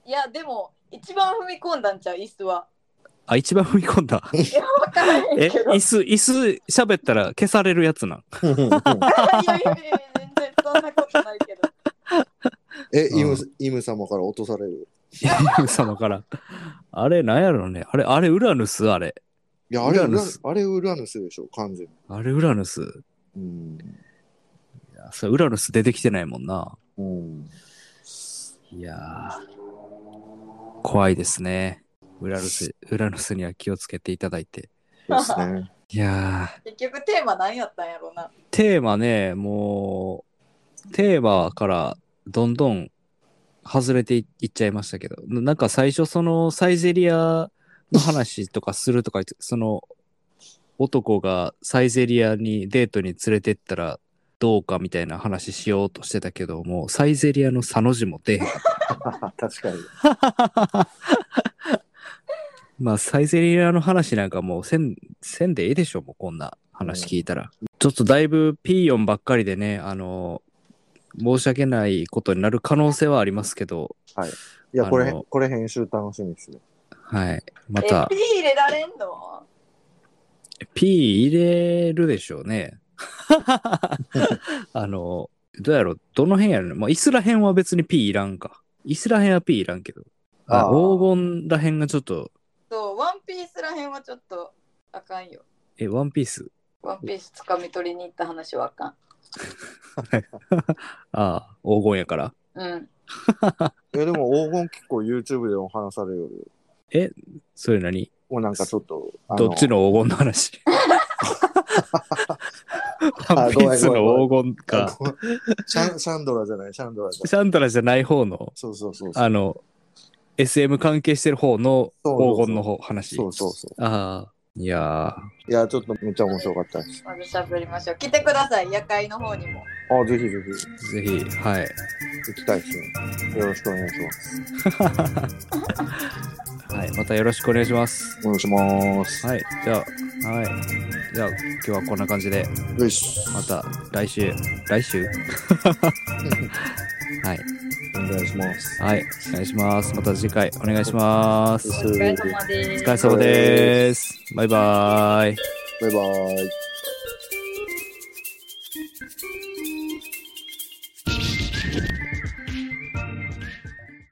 いやでも一番踏み込んだんちゃう椅子は。
あ、一番踏み込んだ。
いや分からへん
え、
けど。い
椅子、椅子喋ったら消されるやつなん。
[LAUGHS] やいやいや全然そんなことないけど。
え、
うん
イム、イム様から落とされる。
神様から。あれ、なんやろね。あれ、あれ、ウラヌス、あれ。
いや、あれ、
ウ
ウ
ラ
ラ
ヌス
あれウラヌスでしょ、完全に。
あれ、ウラヌス。
うん。
いやそれウラヌス出てきてないもんな。
うん。
いやー、怖いですね。ウラヌス、ウラヌスには気をつけていただいて。
そうです
[LAUGHS]
ね。
いやー、
[LAUGHS] 結局テーマ何やったんやろうな。
テーマね、もう、テーマからどんどん外れていいっちゃいましたけど、ななんか最初そのサイゼリアの話とかするとか言って、その男がサイゼリアにデートに連れてったらどうかみたいな話しようとしてたけど、もうサイゼリアのサの字も出えへん
確かに。
まあ、サイゼリアの話なんかもうせん、せんでええでしょ、もうこんな話聞いたら。ちょっとだいぶピーヨンばっかりでね、あの、申し訳ないことになる可能性はありますけど、
いや、こ
あ
れ
の、
これ編集楽しみですね。
はい。ま
え
た
ピ、ー入れられんの？
ピー入れるでしょう
[LAUGHS]
ね。あの、どうやろう、どの辺やるのまあ、イスラ辺は別にピーいらんか。イスラ辺はピーいらんけど。あ
あー
黄金ら辺がちょっと、
そうワンピースらへんはちょっとあかんよ。
え、ワンピース
ワンピースつかみ取りに行った話はあかん。
ああ、黄金やから。
うん。
いや、でも黄金結構 YouTube でも話されるより、
それ何
もうなんかちょっと、あ
どっちの黄金の話ワンピースの黄金か。
あの [LAUGHS] シャン、シャンドラじゃない、シャンドラじゃない。
シャンドラじゃない方の、
そうそうそうそう。
あの、SM 関係してる方の
そうそうそう
黄金の方話。
そうそうそ
ああ、いやー
う。いや、ちょっとめっちゃ面白かったです。
まずしゃべりましょう。来てください夜会の方にも。
あ、ぜひぜ
ぜひ、はい。
ひ、行きたいですね。よろしくお願いします。
はい、またよろしくお願いします。
お願いします。
はい、じゃあ、はい。じゃあ、今日はこんな感じで、
よし。
また来週、来週はい、
お願いします。
はい、お願いします。また次回お願いします。
お疲れ様です
お疲れ様です。バイバーイ。
バイバイ。